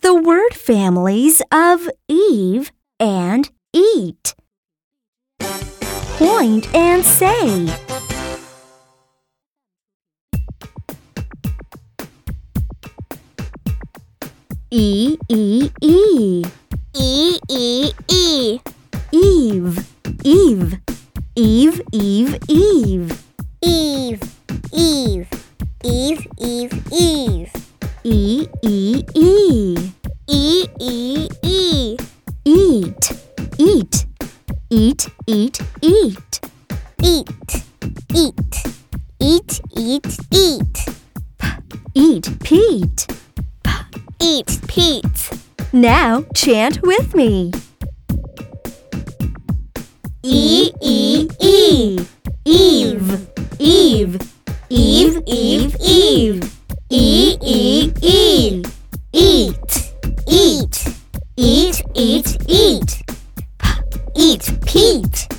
the word families of Eve and eat. Point and say. E E E E E E Eve Eve Eve Eve Eve Eve Eve Eve Eve Eve E E E E E E Eat Eat Eat Eat Eat Eat Eat Eat Eat Eat Eat Pete Eat Pete Now chant with me E E E Eve Eve Eve Eve Eve E E E Eat Eat Eat Eat Eat Eat Pete